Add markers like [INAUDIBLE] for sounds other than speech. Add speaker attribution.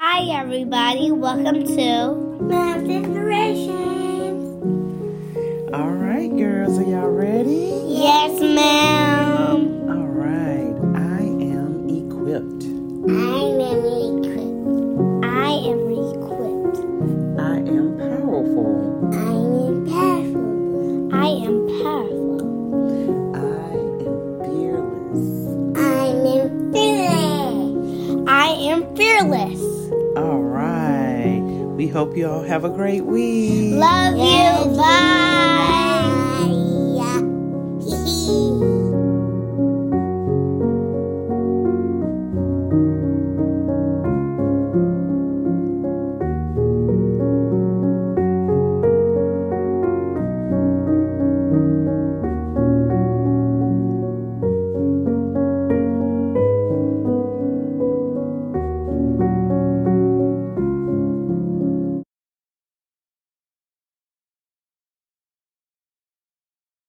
Speaker 1: Hi, everybody. Welcome to Mom's Inspirations.
Speaker 2: All right, girls, are y'all ready?
Speaker 1: Yes, ma'am.
Speaker 2: All right, I am equipped.
Speaker 1: I am equipped. I am equipped.
Speaker 2: I am powerful.
Speaker 1: I am powerful. I am powerful.
Speaker 2: I am fearless.
Speaker 1: I am fearless. I am fearless.
Speaker 2: All right, we hope you all have a great week.
Speaker 1: [LAUGHS] Love you. Bye.